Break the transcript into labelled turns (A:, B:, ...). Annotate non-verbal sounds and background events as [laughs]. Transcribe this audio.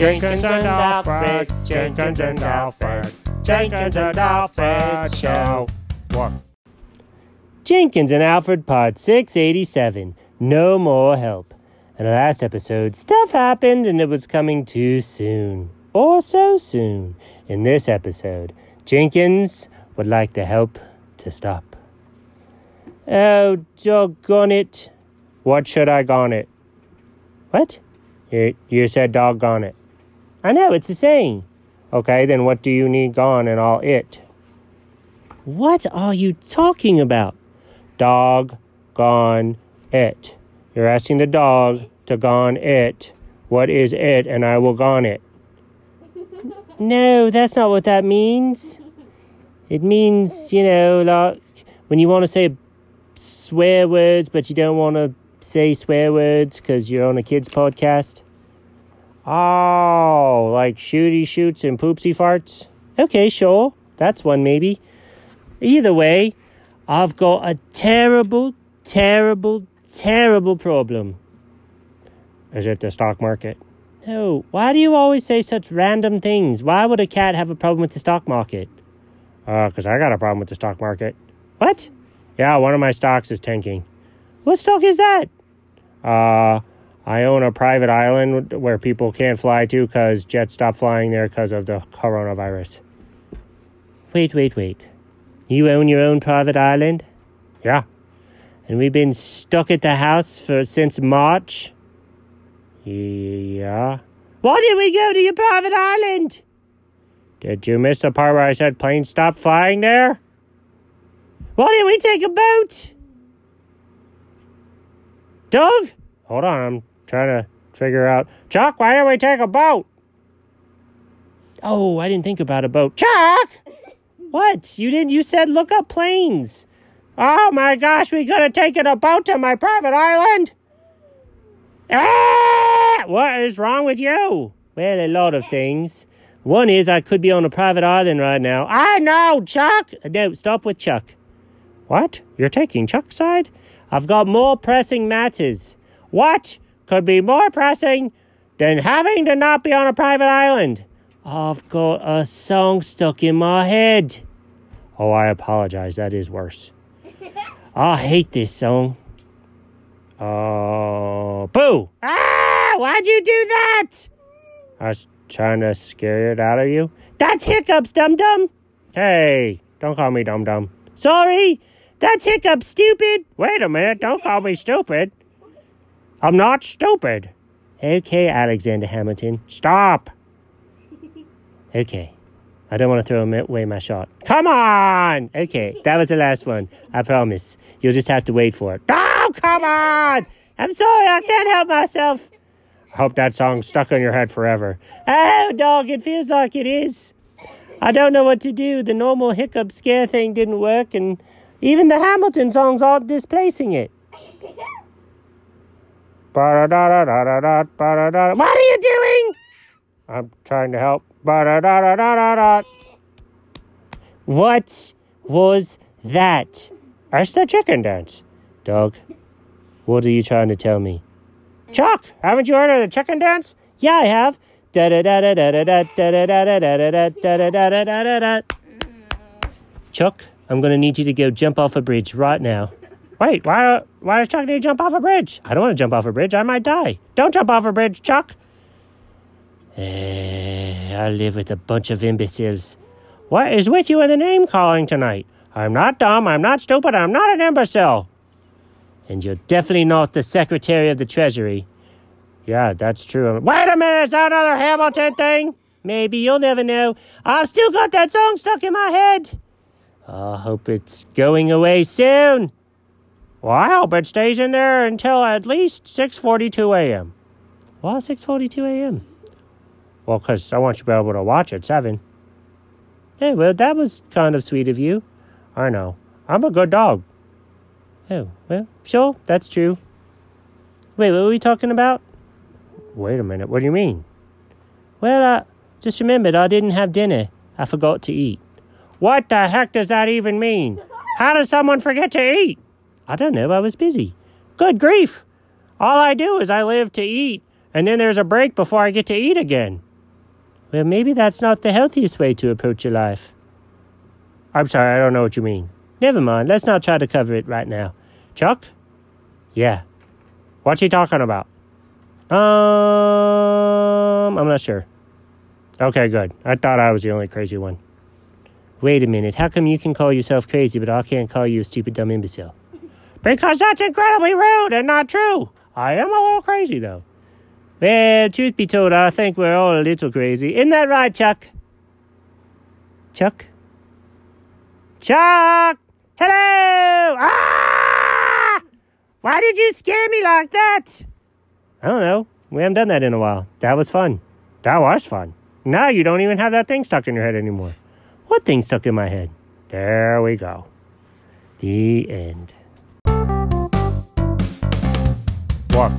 A: Jenkins and Alfred, Jenkins and Alfred, Jenkins and Alfred Show. What? Jenkins and Alfred, Part 687 No More Help. In the last episode, stuff happened and it was coming too soon. Or so soon. In this episode, Jenkins would like the help to stop. Oh, doggone it. What should I gone it? What? You, you said doggone it. I know, it's a saying. Okay, then what do you need gone and all it? What are you talking about? Dog gone it. You're asking the dog to gone it. What is it? And I will gone it. [laughs] No, that's not what that means. It means, you know, like when you want to say swear words, but you don't want to say swear words because you're on a kids' podcast. Oh, like shooty shoots and poopsie farts? Okay, sure. That's one maybe. Either way, I've got a terrible, terrible, terrible problem. Is it the stock market? No. Why do you always say such random things? Why would a cat have a problem with the stock market? Uh, 'cause I got a problem with the stock market. What? Yeah, one of my stocks is tanking. What stock is that? Uh, I own a private island where people can't fly to because jets stopped flying there because of the coronavirus. Wait, wait, wait. You own your own private island? Yeah. And we've been stuck at the house for since March? Yeah. Why did we go to your private island? Did you miss the part where I said planes stopped flying there? Why didn't we take a boat? Doug? Hold on, I'm trying to figure out. Chuck, why didn't we take a boat? Oh, I didn't think about a boat. Chuck! What? You didn't you said look up planes. Oh my gosh, we could have taken a boat to my private island. Ah! What is wrong with you? Well, a lot of things. One is I could be on a private island right now. I know, Chuck. No, stop with Chuck. What? You're taking Chuck's side? I've got more pressing matters. What could be more pressing than having to not be on a private island? I've got a song stuck in my head. Oh, I apologize. That is worse. I hate this song. Oh, boo! Ah, why'd you do that? I was trying to scare it out of you. That's hiccups, dum dum. Hey, don't call me dum dum. Sorry, that's hiccups, stupid. Wait a minute, don't call me stupid. I'm not stupid. Okay, Alexander Hamilton, stop. [laughs] Okay, I don't want to throw away my shot. Come on. Okay, that was the last one. I promise. You'll just have to wait for it. Oh, come on. I'm sorry, I can't help myself. I hope that song's stuck on your head forever. Oh, dog, it feels like it is. I don't know what to do. The normal hiccup scare thing didn't work, and even the Hamilton songs aren't displacing it. [laughs] Ba-da-da-da-da-da-da, ba-da-da-da. What are you doing? I'm trying to help. [laughs] Ba-da-da-da-da-da-da. What was that? That's the chicken dance. Dog, what are you trying to tell me? Chuck, haven't you heard of the chicken dance? Yeah, I have. Da da da da da da da da da da da da da da da da da da da. Chuck, I'm gonna need you to go jump off a bridge right now. Wait, why? Why does Chuck need to jump off a bridge? I don't want to jump off a bridge. I might die. Don't jump off a bridge, Chuck. Eh, I live with a bunch of imbeciles. What is with you and the name calling tonight? I'm not dumb. I'm not stupid. I'm not an imbecile and you're definitely not the Secretary of the Treasury. Yeah, that's true. Wait a minute, is that another Hamilton thing? Maybe you'll never know. I've still got that song stuck in my head. I hope it's going away soon. Well, I hope it stays in there until at least 6:42 a.m. Why 6:42 a.m.? Well, 'cause I want you to be able to watch at seven. Hey, well, that was kind of sweet of you. I know. I'm a good dog. Oh, well, sure, that's true. Wait, what were we talking about? Wait a minute, what do you mean? Well, I just remembered I didn't have dinner. I forgot to eat. What the heck does that even mean? How does someone forget to eat? I don't know, I was busy. Good grief! All I do is I live to eat, and then there's a break before I get to eat again. Well, maybe that's not the healthiest way to approach your life. I'm sorry, I don't know what you mean. Never mind, let's not try to cover it right now. Chuck? Yeah. What you talking about? Um, I'm not sure. Okay, good. I thought I was the only crazy one. Wait a minute, how come you can call yourself crazy, but I can't call you a stupid dumb imbecile? Because that's incredibly rude and not true. I am a little crazy, though. Well, truth be told, I think we're all a little crazy. Isn't that right, Chuck? Chuck? Chuck! Hello! Ah! Why did you scare me like that? I don't know. We haven't done that in a while. That was fun. That was fun. Now you don't even have that thing stuck in your head anymore. What thing stuck in my head? There we go. The end. Walk.